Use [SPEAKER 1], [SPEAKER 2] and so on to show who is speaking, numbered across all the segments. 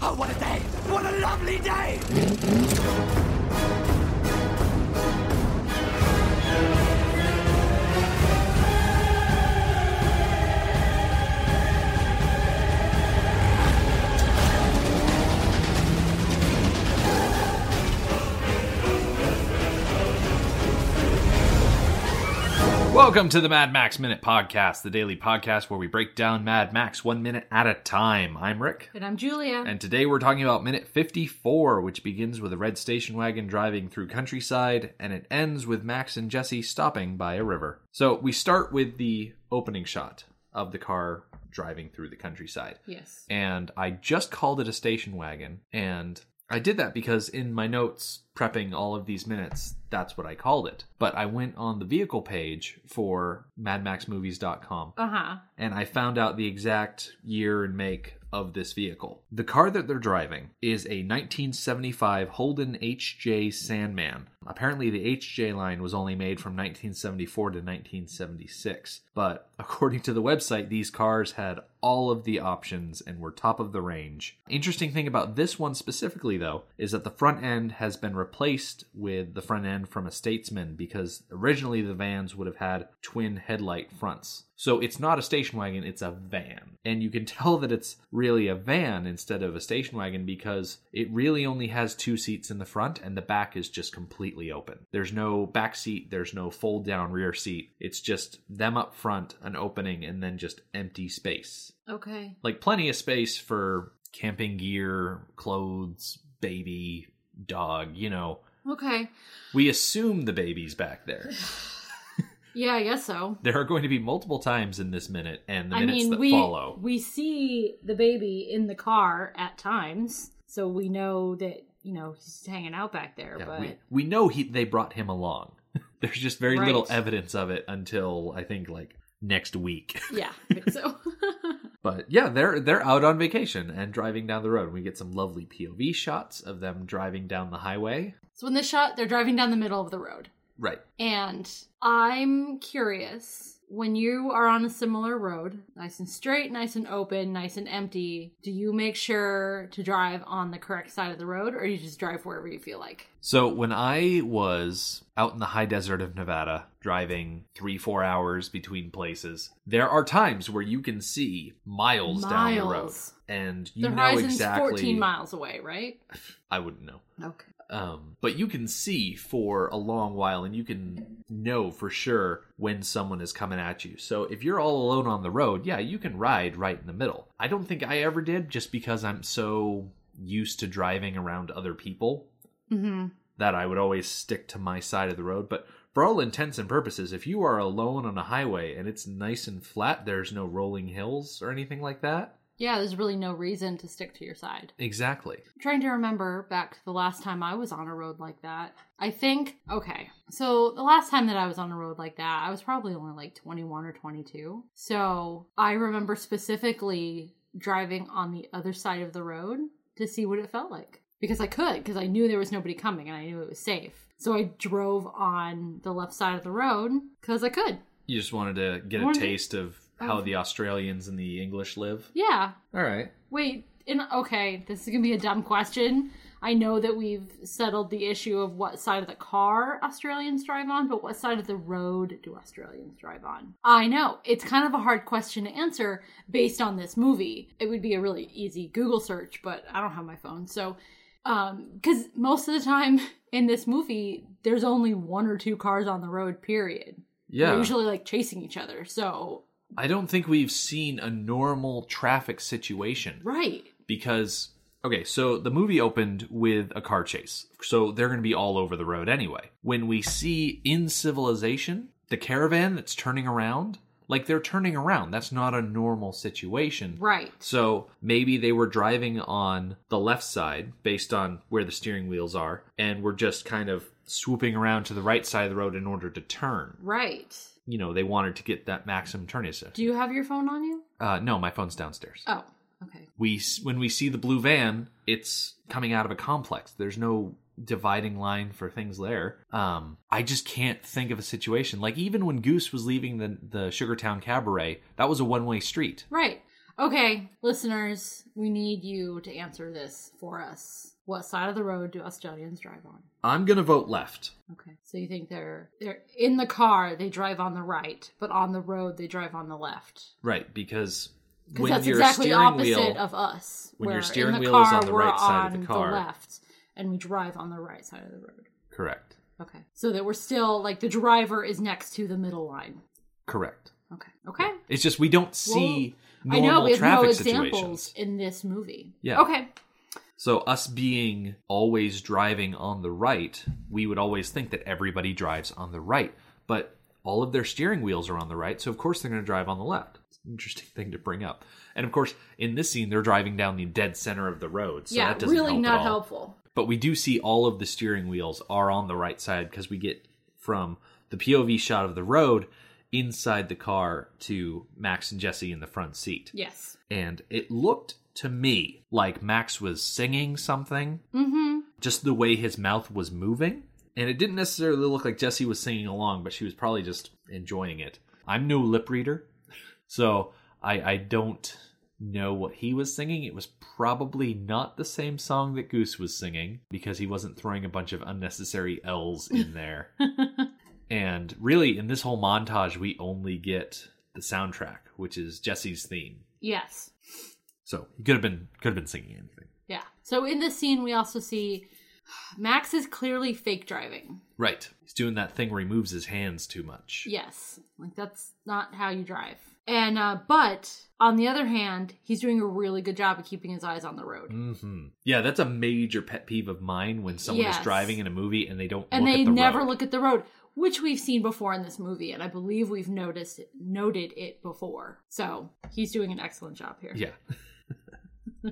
[SPEAKER 1] Oh, what a day! What a lovely day!
[SPEAKER 2] Welcome to the Mad Max Minute Podcast, the daily podcast where we break down Mad Max one minute at a time. I'm Rick,
[SPEAKER 3] And I'm Julia.
[SPEAKER 2] and today we're talking about minute 54, which begins with a red station wagon driving through countryside, and it ends with Max and Jesse stopping by a river. So we start with the opening shot of the car driving through the countryside.
[SPEAKER 3] yes.
[SPEAKER 2] And I just called it a station wagon, and I did that because in my notes prepping all of these minutes, that's what I called it. But I went on the vehicle page for madmaxmovies.com
[SPEAKER 3] Uh huh.
[SPEAKER 2] and I found out the exact year and make of this vehicle. The car that they're driving is a 1975 Holden HJ Sandman. Apparently, the HJ line was only made from 1974 to 1976, but according to the website, these cars had all of the options and were top of the range. Interesting thing about this one specifically, though, is that the front end has been replaced with the front end from a Statesman because originally the vans would have had twin headlight fronts. So it's not a station wagon, it's a van. And you can tell that it's really a van instead of a station wagon because it really only has two seats in the front and the back is just completely open. There's no back seat, there's no fold down rear seat. It's just them up front, an opening, and then just empty space.
[SPEAKER 3] Okay.
[SPEAKER 2] Like plenty of space for camping gear, clothes, baby, dog, you know.
[SPEAKER 3] Okay.
[SPEAKER 2] We assume the baby's back there.
[SPEAKER 3] Yeah, I guess so.
[SPEAKER 2] There are going to be multiple times in this minute and the
[SPEAKER 3] I
[SPEAKER 2] minutes
[SPEAKER 3] mean,
[SPEAKER 2] that
[SPEAKER 3] we
[SPEAKER 2] follow.
[SPEAKER 3] we see the baby in the car at times, so we know that you know he's hanging out back there.
[SPEAKER 2] Yeah,
[SPEAKER 3] but
[SPEAKER 2] we, we know he they brought him along. There's just very
[SPEAKER 3] Right.
[SPEAKER 2] little evidence of it until I think like next week.
[SPEAKER 3] yeah, I think so.
[SPEAKER 2] But yeah, they're they're out on vacation and driving down the road. We get some lovely POV shots of them driving down the highway.
[SPEAKER 3] so in this shot, they're driving down the middle of the road,
[SPEAKER 2] Right.
[SPEAKER 3] and I'm curious. When you are on a similar road, nice and straight, nice and open, nice and empty, do you make sure to drive on the correct side of the road or you just drive wherever you feel like?
[SPEAKER 2] So when I was out in the high desert of Nevada, driving three, four hours between places, there are times where you can see miles, down the road.
[SPEAKER 3] Miles.
[SPEAKER 2] And you
[SPEAKER 3] The
[SPEAKER 2] know
[SPEAKER 3] horizon's
[SPEAKER 2] exactly
[SPEAKER 3] 14 miles away, right?
[SPEAKER 2] I wouldn't know.
[SPEAKER 3] Okay.
[SPEAKER 2] Um, but you can see for a long while and you can know for sure when someone is coming at you. So if you're all alone on the road, yeah, you can ride right in the middle. I don't think I ever did just because I'm so used to driving around other people
[SPEAKER 3] Mm-hmm.
[SPEAKER 2] that I would always stick to my side of the road. But for all intents and purposes, if you are alone on a highway and it's nice and flat, there's no rolling hills or anything like that.
[SPEAKER 3] Yeah, there's really no reason to stick to your side.
[SPEAKER 2] Exactly.
[SPEAKER 3] I'm trying to remember back to the last time I was on a road like that. I think, okay, so the last time that I was on a road like that, I was probably only like 21 or 22. So I remember specifically driving on the other side of the road to see what it felt like because I could, because I knew there was nobody coming and I knew it was safe. So I drove on the left side of the road because I could.
[SPEAKER 2] You just wanted to get a
[SPEAKER 3] Wanted-
[SPEAKER 2] taste of how
[SPEAKER 3] Oh.
[SPEAKER 2] the Australians and the English live.
[SPEAKER 3] Yeah,
[SPEAKER 2] All right.
[SPEAKER 3] Wait, in, okay, this is gonna be a dumb question. I know that we've settled the issue of what side of the car Australians drive on, but what side of the road do Australians drive on? I know, it's kind of a hard question to answer based on this movie. It would be a really easy Google search, but I don't have my phone, so. Because most of the time in this movie, there's only one or two cars on the road, period.
[SPEAKER 2] Yeah.
[SPEAKER 3] They're usually like chasing each other, so.
[SPEAKER 2] I don't think we've seen a normal traffic situation
[SPEAKER 3] Right.
[SPEAKER 2] because okay, so the movie opened with a car chase. So they're going to be all over the road anyway. When we see in civilization the caravan that's turning around, like they're turning around. That's not a normal situation.
[SPEAKER 3] Right.
[SPEAKER 2] So maybe they were driving on the left side based on where the steering wheels are and were just kind of swooping around to the right side of the road in order to turn.
[SPEAKER 3] Right.
[SPEAKER 2] You know, they wanted to get that maximum turn assist.
[SPEAKER 3] Do you have your phone on you?
[SPEAKER 2] Uh, no, my phone's downstairs.
[SPEAKER 3] Oh, okay.
[SPEAKER 2] We s- when we see the blue van, it's coming out of a complex. There's no dividing line for things there. Um, I just can't think of a situation like even when Goose was leaving the the Sugartown Cabaret, that was a one way street.
[SPEAKER 3] Right. Okay, listeners, we need you to answer this for us. What side of the road do Australians drive on?
[SPEAKER 2] I'm going to vote left.
[SPEAKER 3] Okay. So you think they're they're in the car, they drive on the right, but on the road they drive on the left.
[SPEAKER 2] Right, because
[SPEAKER 3] Because
[SPEAKER 2] when
[SPEAKER 3] that's
[SPEAKER 2] your
[SPEAKER 3] exactly
[SPEAKER 2] steering
[SPEAKER 3] opposite
[SPEAKER 2] wheel
[SPEAKER 3] of us.
[SPEAKER 2] when your
[SPEAKER 3] where in
[SPEAKER 2] steering
[SPEAKER 3] the
[SPEAKER 2] wheel is
[SPEAKER 3] car,
[SPEAKER 2] on the
[SPEAKER 3] we're
[SPEAKER 2] right side of the
[SPEAKER 3] on
[SPEAKER 2] car.
[SPEAKER 3] left, and we drive on the right side of the road.
[SPEAKER 2] Correct.
[SPEAKER 3] Okay. So that we're still like the driver is next to the middle line.
[SPEAKER 2] Correct.
[SPEAKER 3] Okay. Okay.
[SPEAKER 2] It's just we don't see
[SPEAKER 3] I know
[SPEAKER 2] normal
[SPEAKER 3] we have
[SPEAKER 2] traffic
[SPEAKER 3] no examples
[SPEAKER 2] situations.
[SPEAKER 3] in this movie.
[SPEAKER 2] Yeah.
[SPEAKER 3] Okay.
[SPEAKER 2] So us being always driving on the right, we would always think that everybody drives on the right, but all of their steering wheels are on the right, so of course they're going to drive on the left. It's an interesting thing to bring up. And of course, in this scene, they're driving down the dead center of the road, so
[SPEAKER 3] yeah.
[SPEAKER 2] that doesn't
[SPEAKER 3] Really
[SPEAKER 2] help at
[SPEAKER 3] not
[SPEAKER 2] all.
[SPEAKER 3] helpful.
[SPEAKER 2] But we do see all of the steering wheels are on the right side because we get from the POV shot of the road inside the car to Max and Jesse in the front seat.
[SPEAKER 3] Yes.
[SPEAKER 2] And it looked to me like Max was singing something,
[SPEAKER 3] Mm-hmm.
[SPEAKER 2] just the way his mouth was moving. And it didn't necessarily look like Jesse was singing along, but she was probably just enjoying it. I'm no lip reader, so I, I don't know what he was singing. It was probably not the same song that Goose was singing because he wasn't throwing a bunch of unnecessary L's in there. and really, in this whole montage, we only get the soundtrack, which is Jesse's theme.
[SPEAKER 3] Yes.
[SPEAKER 2] So he could have been could have been singing anything.
[SPEAKER 3] Yeah. So in this scene, we also see Max is clearly fake driving.
[SPEAKER 2] Right. He's doing that thing where he moves his hands too much.
[SPEAKER 3] Yes, like that's not how you drive. And uh, but on the other hand, he's doing a really good job of keeping his eyes on the road.
[SPEAKER 2] hmm Yeah, that's a major pet peeve of mine when someone
[SPEAKER 3] Yes.
[SPEAKER 2] is driving in a movie and they don't
[SPEAKER 3] and
[SPEAKER 2] look
[SPEAKER 3] they
[SPEAKER 2] at the
[SPEAKER 3] never
[SPEAKER 2] road.
[SPEAKER 3] look at the road which we've seen before in this movie and i believe we've noticed it, noted it before so he's doing an excellent job here
[SPEAKER 2] Yeah.
[SPEAKER 3] uh,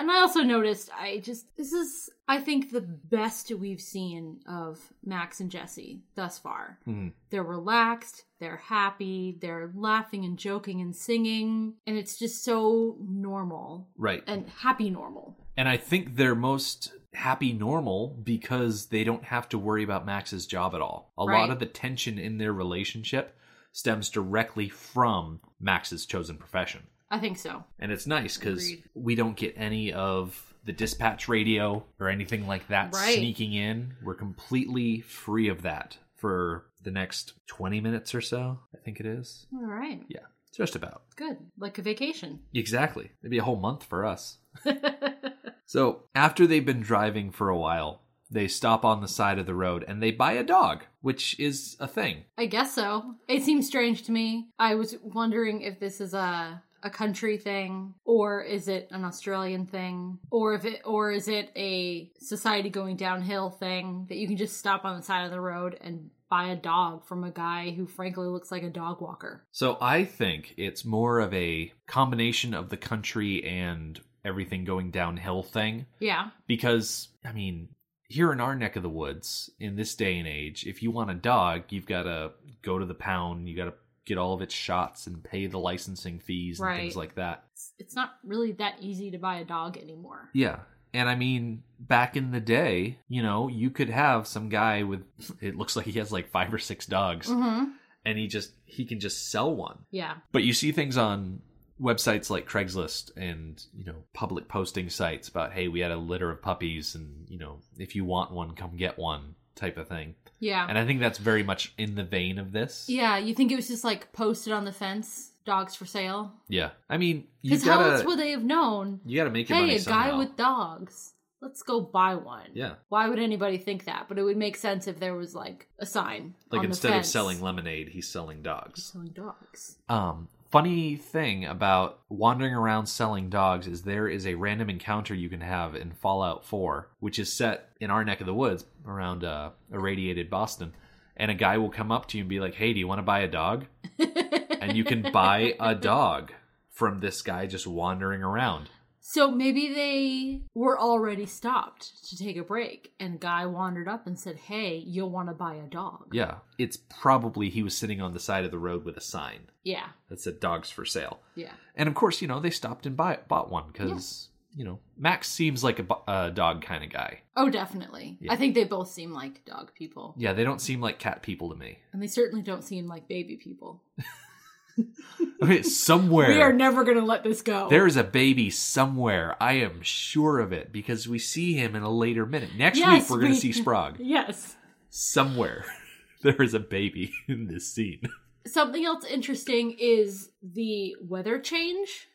[SPEAKER 3] and i also noticed i just this is i think the best we've seen of max and jesse thus far
[SPEAKER 2] Mhm.
[SPEAKER 3] they're relaxed they're happy they're laughing and joking and singing and it's just so normal
[SPEAKER 2] Right. And,
[SPEAKER 3] and happy normal
[SPEAKER 2] I think they're most happy normal because they don't have to worry about Max's job at all. A
[SPEAKER 3] Right.
[SPEAKER 2] lot of the tension in their relationship stems directly from Max's chosen profession.
[SPEAKER 3] i think so
[SPEAKER 2] And it's nice because
[SPEAKER 3] Agreed.
[SPEAKER 2] we don't get any of the dispatch radio or anything like that
[SPEAKER 3] Right.
[SPEAKER 2] sneaking in. We're completely free of that for the next 20 minutes or so, I think it is.
[SPEAKER 3] all right
[SPEAKER 2] Yeah, just about.
[SPEAKER 3] good like a vacation
[SPEAKER 2] Exactly. It'd be a whole month for us. so, after they've been driving for a while, they stop on the side of the road and they buy a dog, which is a thing.
[SPEAKER 3] I guess so. It seems strange to me. I was wondering if this is a a country thing or is it an Australian thing or if it or is it a society going downhill thing that you can just stop on the side of the road and buy a dog from a guy who frankly looks like a dog walker.
[SPEAKER 2] So I think it's more of a combination of the country and everything going downhill thing
[SPEAKER 3] Yeah.
[SPEAKER 2] because I mean, here in our neck of the woods, in this day and age, if you want a dog, you've got to go to the pound, you got to get all of its shots and pay the licensing fees and
[SPEAKER 3] Right.
[SPEAKER 2] things like that.
[SPEAKER 3] It's, it's not really that easy to buy a dog anymore.
[SPEAKER 2] Yeah. And I mean, back in the day, you know, you could have some guy with it looks like he has like five or six dogs
[SPEAKER 3] Mhm.
[SPEAKER 2] and he just he can just sell one.
[SPEAKER 3] Yeah.
[SPEAKER 2] But you see things on websites like Craigslist and, you know, public posting sites about, hey, we had a litter of puppies and, you know, if you want one, come get one type of thing.
[SPEAKER 3] Yeah.
[SPEAKER 2] And I think that's very much in the vein of this.
[SPEAKER 3] yeah, you think it was just like posted on the fence, dogs for sale?
[SPEAKER 2] Yeah. I mean, you
[SPEAKER 3] Cuz how
[SPEAKER 2] gotta
[SPEAKER 3] else would they have known
[SPEAKER 2] you gotta make your money
[SPEAKER 3] hey, a
[SPEAKER 2] somehow.
[SPEAKER 3] guy with dogs. Let's go buy one.
[SPEAKER 2] Yeah.
[SPEAKER 3] Why would anybody think that? But it would make sense if there was like a sign.
[SPEAKER 2] like
[SPEAKER 3] on the
[SPEAKER 2] instead of
[SPEAKER 3] fence.
[SPEAKER 2] selling lemonade, he's selling dogs.
[SPEAKER 3] selling dogs.
[SPEAKER 2] Um, funny thing about wandering around selling dogs is there is a random encounter you can have in Fallout 4, which is set in our neck of the woods around uh, irradiated Boston. And a guy will come up to you and be like, hey, do you want to buy a dog? and you can buy a dog from this guy just wandering around.
[SPEAKER 3] So maybe they were already stopped to take a break and a guy wandered up and said, Hey, you'll want to buy a dog.
[SPEAKER 2] Yeah, it's probably he was sitting on the side of the road with a sign
[SPEAKER 3] Yeah.
[SPEAKER 2] that said dogs for sale.
[SPEAKER 3] Yeah.
[SPEAKER 2] And of course, you know, they stopped and buy, bought one because, you know, Max seems like a, bu- a dog kind of guy.
[SPEAKER 3] Oh, definitely.
[SPEAKER 2] Yeah.
[SPEAKER 3] I think they both seem like dog people.
[SPEAKER 2] Yeah, they don't seem like cat people to me.
[SPEAKER 3] And they certainly don't seem like baby people.
[SPEAKER 2] Okay, somewhere.
[SPEAKER 3] We are never going to let this go.
[SPEAKER 2] There is a baby somewhere. I am sure of it because we see him in a later minute. Next
[SPEAKER 3] Yes,
[SPEAKER 2] week, we're going
[SPEAKER 3] we-
[SPEAKER 2] to see Sprague.
[SPEAKER 3] yes.
[SPEAKER 2] Somewhere, there is a baby in this scene.
[SPEAKER 3] Something else interesting is the weather change.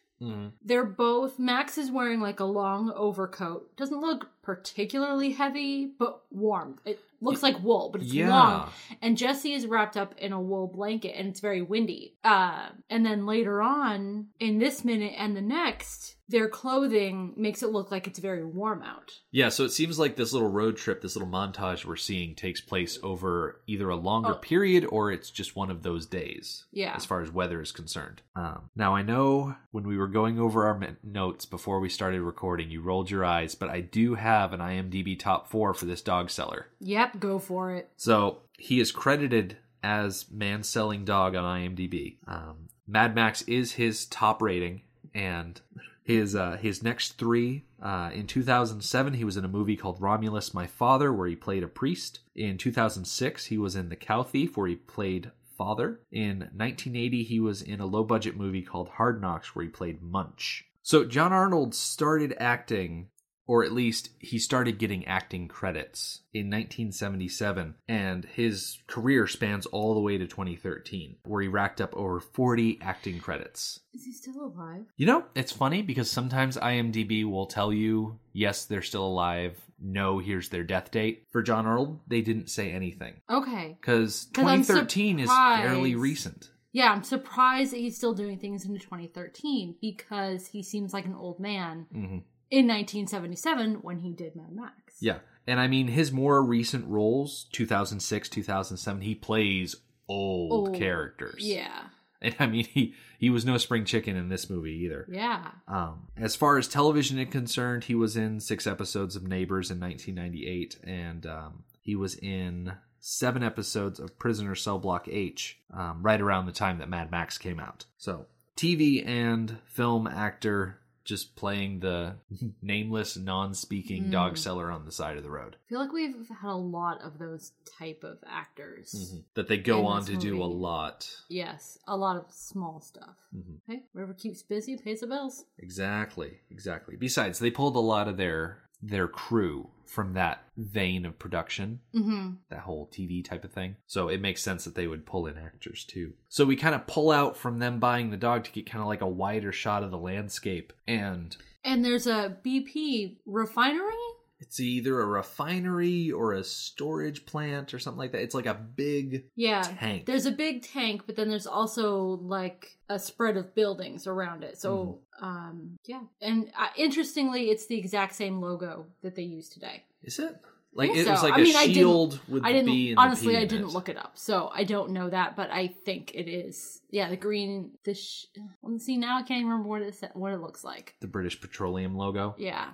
[SPEAKER 3] They're both. Max is wearing like a long overcoat. Doesn't look particularly heavy, but warm. It looks like wool, but it's
[SPEAKER 2] Yeah.
[SPEAKER 3] long. And Jesse is wrapped up in a wool blanket, and it's very windy. Uh, and then later on, in this minute and the next, their clothing makes it look like it's very warm out.
[SPEAKER 2] Yeah, so it seems like this little road trip, this little montage we're seeing takes place over either a longer
[SPEAKER 3] Oh.
[SPEAKER 2] period or it's just one of those days.
[SPEAKER 3] Yeah.
[SPEAKER 2] As far as weather is concerned. Um, now, I know when we were going over our min- notes before we started recording, you rolled your eyes, but I do have an IMDb top four for this dog seller.
[SPEAKER 3] Yep, go for it.
[SPEAKER 2] So he is credited as man selling dog on IMDb. Um, Mad Max is his top rating, and his uh, his next three. Uh, in 2007, he was in a movie called Romulus, My Father, where he played a priest. In 2006, he was in The Cow Thief, where he played father. In 1980, he was in a low budget movie called Hard Knocks, where he played Munch. So John Arnold started acting or at least he started getting acting credits in 1977 and his career spans all the way to 2013 where he racked up over 40 acting credits
[SPEAKER 3] Is he still alive?
[SPEAKER 2] you know it's funny because sometimes imdb will tell you yes they're still alive no here's their death date for john arnold they didn't say anything
[SPEAKER 3] Okay.
[SPEAKER 2] because
[SPEAKER 3] 'Cause I'm
[SPEAKER 2] 2013 is fairly
[SPEAKER 3] surprised.
[SPEAKER 2] recent
[SPEAKER 3] Yeah, I'm surprised that he's still doing things into 2013 because he seems like an old man
[SPEAKER 2] Mhm.
[SPEAKER 3] in 1977 when he did Mad Max.
[SPEAKER 2] Yeah. And I mean, his more recent roles, 2006, 2007, he plays old,
[SPEAKER 3] Old.
[SPEAKER 2] characters.
[SPEAKER 3] Oh, Yeah.
[SPEAKER 2] And I mean, he, he was no spring chicken in this movie either.
[SPEAKER 3] Yeah.
[SPEAKER 2] Um, as far as television is concerned, he was in six episodes of Neighbors in 1998, and um, he was in seven episodes of Prisoner Cell Block H um, right around the time that Mad Max came out. So, TV and film actor just playing the nameless, non speaking
[SPEAKER 3] Mm.
[SPEAKER 2] dog seller on the side of the road.
[SPEAKER 3] I feel like we've had a lot of those type of actors.
[SPEAKER 2] That they go
[SPEAKER 3] Mm-hmm. In
[SPEAKER 2] on
[SPEAKER 3] this
[SPEAKER 2] to do a
[SPEAKER 3] movie.
[SPEAKER 2] lot.
[SPEAKER 3] Yes, a lot of small stuff.
[SPEAKER 2] Mm-hmm.
[SPEAKER 3] Okay, whoever keeps busy pays the bills.
[SPEAKER 2] Exactly, exactly. Besides, they pulled a lot of their their crew from that vein of production,
[SPEAKER 3] Mm-hmm.
[SPEAKER 2] that whole TV type of thing. So it makes sense that they would pull in actors too. So we kind of pull out from them buying the dog to get kind of like a wider shot of the landscape and
[SPEAKER 3] And there's a BP refinery.
[SPEAKER 2] it's either a refinery or a storage plant or something like that. It's like a big
[SPEAKER 3] Yeah.
[SPEAKER 2] Tank.
[SPEAKER 3] There's a big tank, but then there's also like a spread of buildings around it. So,
[SPEAKER 2] Mm-hmm.
[SPEAKER 3] um, yeah. And uh, interestingly, it's the exact same logo that they use today.
[SPEAKER 2] is it? Like
[SPEAKER 3] think
[SPEAKER 2] it was
[SPEAKER 3] so.
[SPEAKER 2] like
[SPEAKER 3] I
[SPEAKER 2] a
[SPEAKER 3] mean, I didn't-
[SPEAKER 2] shield with
[SPEAKER 3] I
[SPEAKER 2] the B
[SPEAKER 3] didn't
[SPEAKER 2] and the
[SPEAKER 3] honestly.
[SPEAKER 2] P
[SPEAKER 3] I
[SPEAKER 2] in
[SPEAKER 3] didn't
[SPEAKER 2] it.
[SPEAKER 3] look it up, so I don't know that. But I think it is. Yeah, the green. The sh- well, see now I can't even remember what it sa- what it looks like.
[SPEAKER 2] the British Petroleum logo.
[SPEAKER 3] Yeah.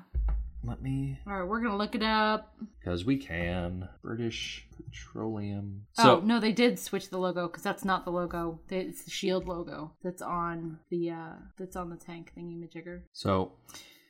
[SPEAKER 2] Let me
[SPEAKER 3] All right, we're gonna look it up.
[SPEAKER 2] Because we can. British Petroleum.
[SPEAKER 3] oh no, they did switch the logo because that's not the logo. They- It's the shield logo that's on the uh that's on the tank thingy majigger.
[SPEAKER 2] So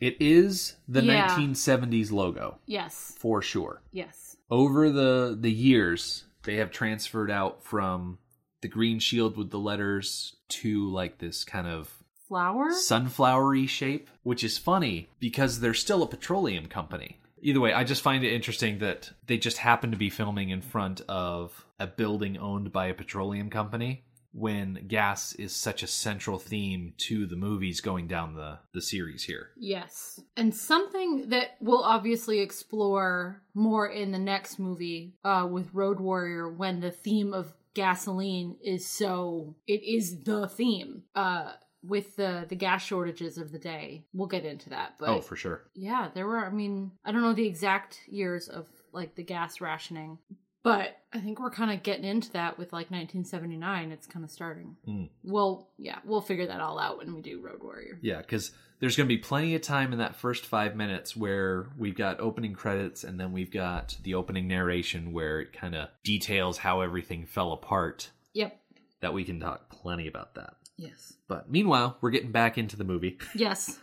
[SPEAKER 2] it is the
[SPEAKER 3] Yeah.
[SPEAKER 2] 1970s logo
[SPEAKER 3] Yes,
[SPEAKER 2] for sure.
[SPEAKER 3] yes,
[SPEAKER 2] Over the the years, they have transferred out from the green shield with the letters to like this kind of
[SPEAKER 3] flower.
[SPEAKER 2] sunflowery shape, which is funny because they're still a petroleum company. Either way, I just find it interesting that they just happen to be filming in front of a building owned by a petroleum company when gas is such a central theme to the movies going down the, the series here.
[SPEAKER 3] Yes. And something that we'll obviously explore more in the next movie uh, with Road Warrior when the theme of gasoline is so, it is the theme uh, with the, the gas shortages of the day. We'll get into that. But
[SPEAKER 2] Oh, for sure.
[SPEAKER 3] yeah, there were, I mean, I don't know the exact years of like the gas rationing, but I think we're kind of getting into that with like 1979. It's kind of starting.
[SPEAKER 2] Mm.
[SPEAKER 3] Well, yeah, we'll figure that all out when we do Road Warrior.
[SPEAKER 2] Yeah, because there's going to be plenty of time in that first five minutes where we've got opening credits and then we've got the opening narration where it kind of details how everything fell apart.
[SPEAKER 3] Yep.
[SPEAKER 2] That we can talk plenty about that.
[SPEAKER 3] Yes.
[SPEAKER 2] But meanwhile, we're getting back into the movie.
[SPEAKER 3] Yes.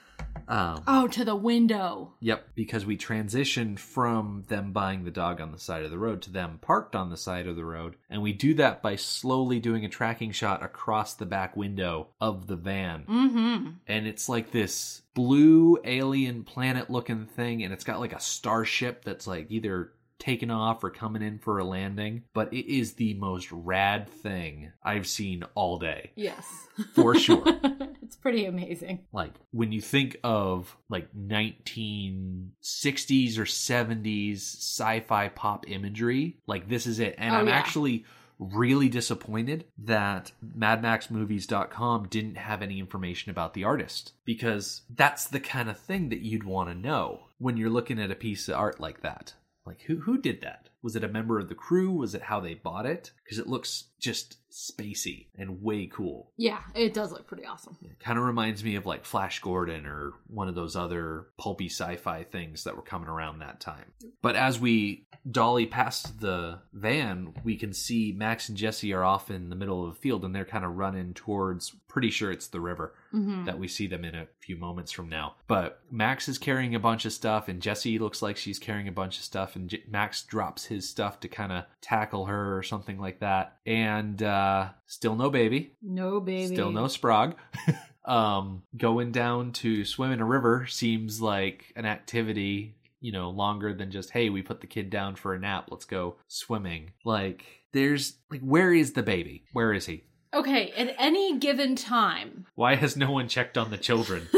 [SPEAKER 2] Um,
[SPEAKER 3] Oh, to the window.
[SPEAKER 2] Yep, because we transitioned from them buying the dog on the side of the road to them parked on the side of the road. And we do that by slowly doing a tracking shot across the back window of the van.
[SPEAKER 3] Mm-hmm.
[SPEAKER 2] And it's like this blue alien planet looking thing. And it's got like a starship that's like either taking off or coming in for a landing. But it is the most rad thing I've seen all day,
[SPEAKER 3] Yes.
[SPEAKER 2] for sure.
[SPEAKER 3] it's pretty amazing.
[SPEAKER 2] like when you think of like 1960s or 70s sci-fi pop imagery like this is it and
[SPEAKER 3] Oh,
[SPEAKER 2] i'm
[SPEAKER 3] yeah.
[SPEAKER 2] actually really disappointed that madmaxmovies.com didn't have any information about the artist because that's the kind of thing that you'd want to know when you're looking at a piece of art like that like who who did that was it a member of the crew was it how they bought it because it looks just spacey and way cool
[SPEAKER 3] Yeah, it does look pretty awesome.
[SPEAKER 2] kind of reminds me of like Flash Gordon or one of those other pulpy sci-fi things that were coming around that time. But as we dolly past the van, we can see Max and Jesse are off in the middle of a field and they're kind of running towards pretty sure it's the river
[SPEAKER 3] Mm-hmm.
[SPEAKER 2] that we see them in a few moments from now. But Max is carrying a bunch of stuff, and Jesse looks like she's carrying a bunch of stuff, and J- Max drops his stuff to kind of tackle her or something like that. And uh, still no baby,
[SPEAKER 3] No baby.
[SPEAKER 2] still no Sprague. um, going down to swim in a river seems like an activity, you know, longer than just hey, we put the kid down for a nap, let's go swimming. Like there's like where is the baby? Where is he?
[SPEAKER 3] Okay, at any given time,
[SPEAKER 2] Why has no one checked on the children?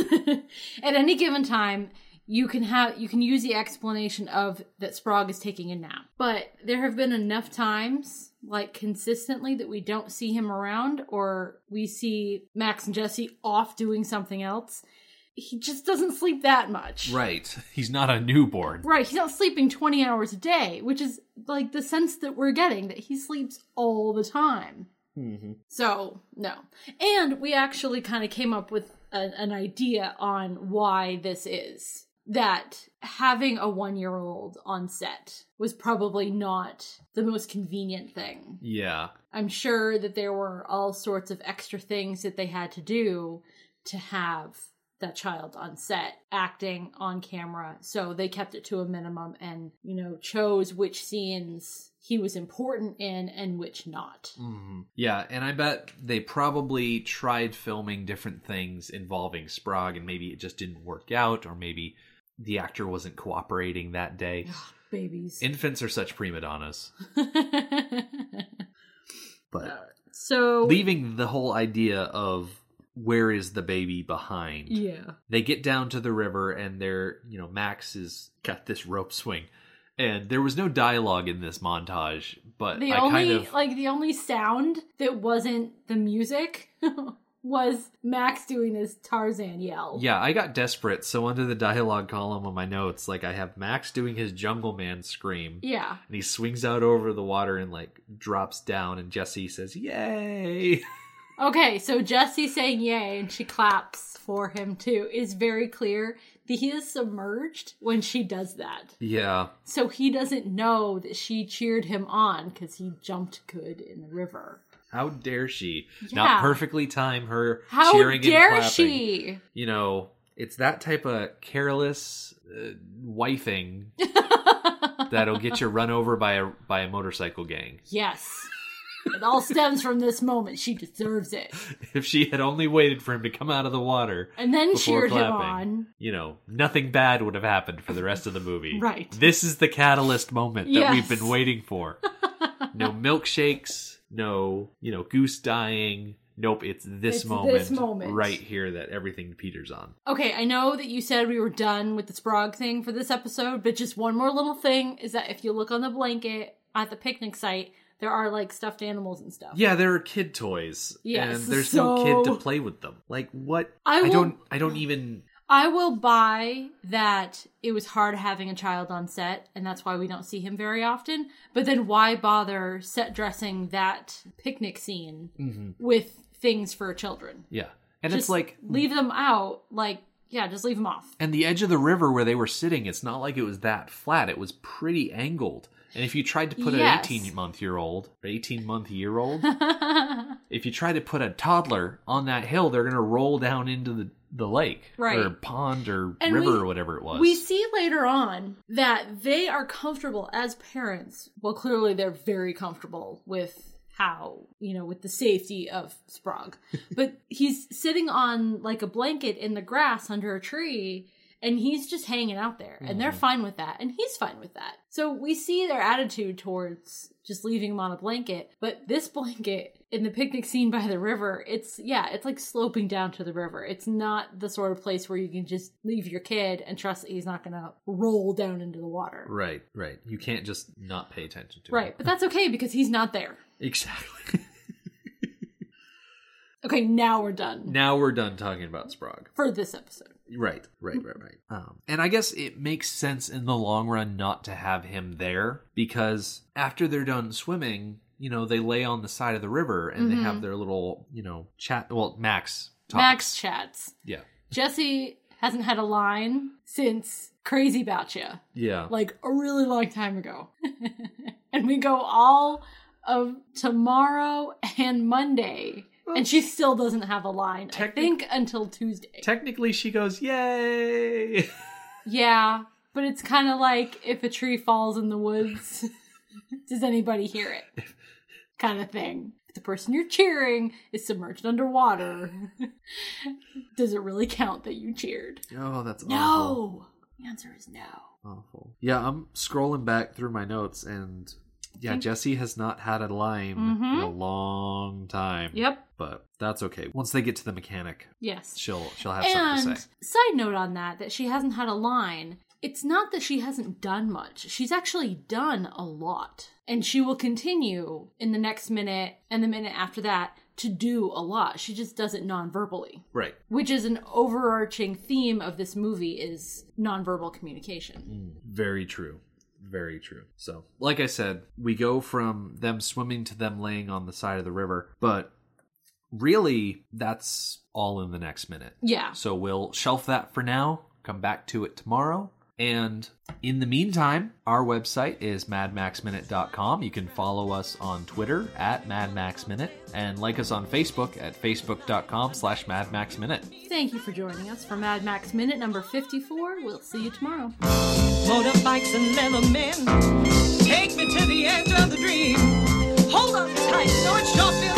[SPEAKER 3] at any given time you can have you can use the explanation of that Sprague is taking a nap. But there have been enough times like consistently that we don't see him around or we see Max and Jesse off doing something else. He just doesn't sleep that much.
[SPEAKER 2] right. He's not a newborn.
[SPEAKER 3] Right, he's not sleeping 20 hours a day, which is like the sense that we're getting that he sleeps all the time. So, no. And we actually kind of came up with a, an idea on why this is that having a one year old on set was probably not the most convenient thing.
[SPEAKER 2] Yeah.
[SPEAKER 3] I'm sure that there were all sorts of extra things that they had to do to have that child on set acting on camera. So they kept it to a minimum and, you know, chose which scenes he was important in and which not.
[SPEAKER 2] Mhm. Yeah, and I bet they probably tried filming different things involving Sprague, and maybe it just didn't work out, or maybe the actor wasn't cooperating that day.
[SPEAKER 3] Babies.
[SPEAKER 2] Infants are such prima donnas. But
[SPEAKER 3] so
[SPEAKER 2] leaving the whole idea of where is the baby behind,
[SPEAKER 3] yeah
[SPEAKER 2] they get down to the river and they're, you know, Max has got this rope swing. And there was no dialogue in this montage, but
[SPEAKER 3] the
[SPEAKER 2] I
[SPEAKER 3] only
[SPEAKER 2] kind of.
[SPEAKER 3] like the only sound that wasn't the music was max doing this tarzan yell
[SPEAKER 2] Yeah, I got desperate. So under the dialogue column on my notes, like I have Max doing his jungle man scream,
[SPEAKER 3] yeah
[SPEAKER 2] and he swings out over the water and like drops down, and Jesse says, "Yay!"
[SPEAKER 3] okay so jesse saying yay and she claps for him too is very clear that he is submerged when she does that
[SPEAKER 2] yeah,
[SPEAKER 3] so he doesn't know that she cheered him on because he jumped good in the river
[SPEAKER 2] how dare she
[SPEAKER 3] Yeah.
[SPEAKER 2] not perfectly time her
[SPEAKER 3] how
[SPEAKER 2] cheering and
[SPEAKER 3] dare
[SPEAKER 2] clapping.
[SPEAKER 3] she
[SPEAKER 2] You know, it's that type of careless uh, wifing that'll get you run over by a by a motorcycle gang.
[SPEAKER 3] yes it all stems from this moment she deserves it
[SPEAKER 2] If she had only waited for him to come out of the water,
[SPEAKER 3] and then
[SPEAKER 2] before
[SPEAKER 3] cheered
[SPEAKER 2] clapping,
[SPEAKER 3] him
[SPEAKER 2] you know, nothing bad would have happened for the rest of the movie.
[SPEAKER 3] Right.
[SPEAKER 2] This is the catalyst moment that
[SPEAKER 3] Yes.
[SPEAKER 2] we've been waiting for. no milkshakes, no, you know, goose dying. Nope, it's this
[SPEAKER 3] It's
[SPEAKER 2] moment,
[SPEAKER 3] this moment.
[SPEAKER 2] right here that everything peters on.
[SPEAKER 3] on. Okay, I know that you said we were done with the Sprague thing for this episode, but just one more little thing is that if you look on the blanket at the picnic site, there are like stuffed animals and stuff.
[SPEAKER 2] Yeah, there are kid toys,
[SPEAKER 3] Yes,
[SPEAKER 2] and there's
[SPEAKER 3] so-
[SPEAKER 2] no kid to play with them. Like what?
[SPEAKER 3] I will-
[SPEAKER 2] don't. I don't even.
[SPEAKER 3] I will buy that it was hard having a child on set, and that's why we don't see him very often. But then why bother set dressing that picnic scene with things for children?
[SPEAKER 2] Yeah, and
[SPEAKER 3] Just
[SPEAKER 2] it's like,
[SPEAKER 3] leave them out. Like, yeah, just leave them off.
[SPEAKER 2] and the edge of the river where they were sitting, it's not like it was that flat. It was pretty angled. And if you tried to put
[SPEAKER 3] Yes.
[SPEAKER 2] an 18 month year old, or 18 month year old, if you try to put a toddler on that hill, they're going to roll down into the the lake
[SPEAKER 3] Right.
[SPEAKER 2] or pond or
[SPEAKER 3] And
[SPEAKER 2] river
[SPEAKER 3] we-
[SPEAKER 2] or whatever it was.
[SPEAKER 3] We see later on that they are comfortable as parents. Well, clearly they're very comfortable with how, you know, with the safety of Sprague. but he's sitting on like a blanket in the grass under a tree and he's just hanging out there and they're fine with that and he's fine with that. So we see their attitude towards just leaving him on a blanket, but this blanket in the picnic scene by the river, it's yeah, it's like sloping down to the river. It's not the sort of place where you can just leave your kid and trust that he's not going to roll down into the water. Right.
[SPEAKER 2] right, right. You can't just not pay attention to it.
[SPEAKER 3] but that's okay because he's not there.
[SPEAKER 2] Exactly.
[SPEAKER 3] Okay, now we're done
[SPEAKER 2] now we're done talking about Sprague.
[SPEAKER 3] for this episode.
[SPEAKER 2] Right,
[SPEAKER 3] Hmm.
[SPEAKER 2] right, right, right. Um, and I guess it makes sense in the long run not to have him there because after they're done swimming, you know, they lay on the side of the river and they have their little, you know, chat. Well, Max talks.
[SPEAKER 3] Mm-hmm. Max chats.
[SPEAKER 2] Yeah.
[SPEAKER 3] Jesse hasn't had a line since Crazy About You.
[SPEAKER 2] Yeah.
[SPEAKER 3] like a really long time ago. and we go all of tomorrow and Monday. And she still doesn't have a line, I
[SPEAKER 2] Technic-
[SPEAKER 3] think, until Tuesday.
[SPEAKER 2] Technically, she goes, Yay!
[SPEAKER 3] yeah, but it's kind of like if a tree falls in the woods, does anybody hear it? Kind of thing. If the person you're cheering is submerged underwater, does it really count that you cheered?
[SPEAKER 2] oh, that's awful.
[SPEAKER 3] No! The answer is no.
[SPEAKER 2] Awful. Yeah, I'm scrolling back through my notes and. Yeah, Jesse has not had a line in
[SPEAKER 3] Mhm.
[SPEAKER 2] a long time.
[SPEAKER 3] Yep.
[SPEAKER 2] But that's okay. Once they get to the mechanic,
[SPEAKER 3] Yes.
[SPEAKER 2] she'll she'll have something
[SPEAKER 3] And
[SPEAKER 2] to say.
[SPEAKER 3] side note on that, that she hasn't had a line. It's not that she hasn't done much. She's actually done a lot. And she will continue in the next minute and the minute after that to do a lot. She just does it non-verbally,
[SPEAKER 2] Right.
[SPEAKER 3] which is an overarching theme of this movie is non-verbal communication.
[SPEAKER 2] Mm. Very true. Very true. So, like I said, we go from them swimming to them laying on the side of the river, but really that's all in the next minute.
[SPEAKER 3] Yeah.
[SPEAKER 2] So we'll shelf that for now, come back to it tomorrow. And in the meantime, our website is madmaxminute.com. You can follow us on Twitter at madmaxminute and like us on Facebook at facebook.com slash madmaxminute.
[SPEAKER 3] Thank you for joining us for Mad Max Minute number 54. We'll see you tomorrow.
[SPEAKER 1] Motorbikes and leather men. Take me to the edge of the dream. Hold on tight, so it sure feels Ah!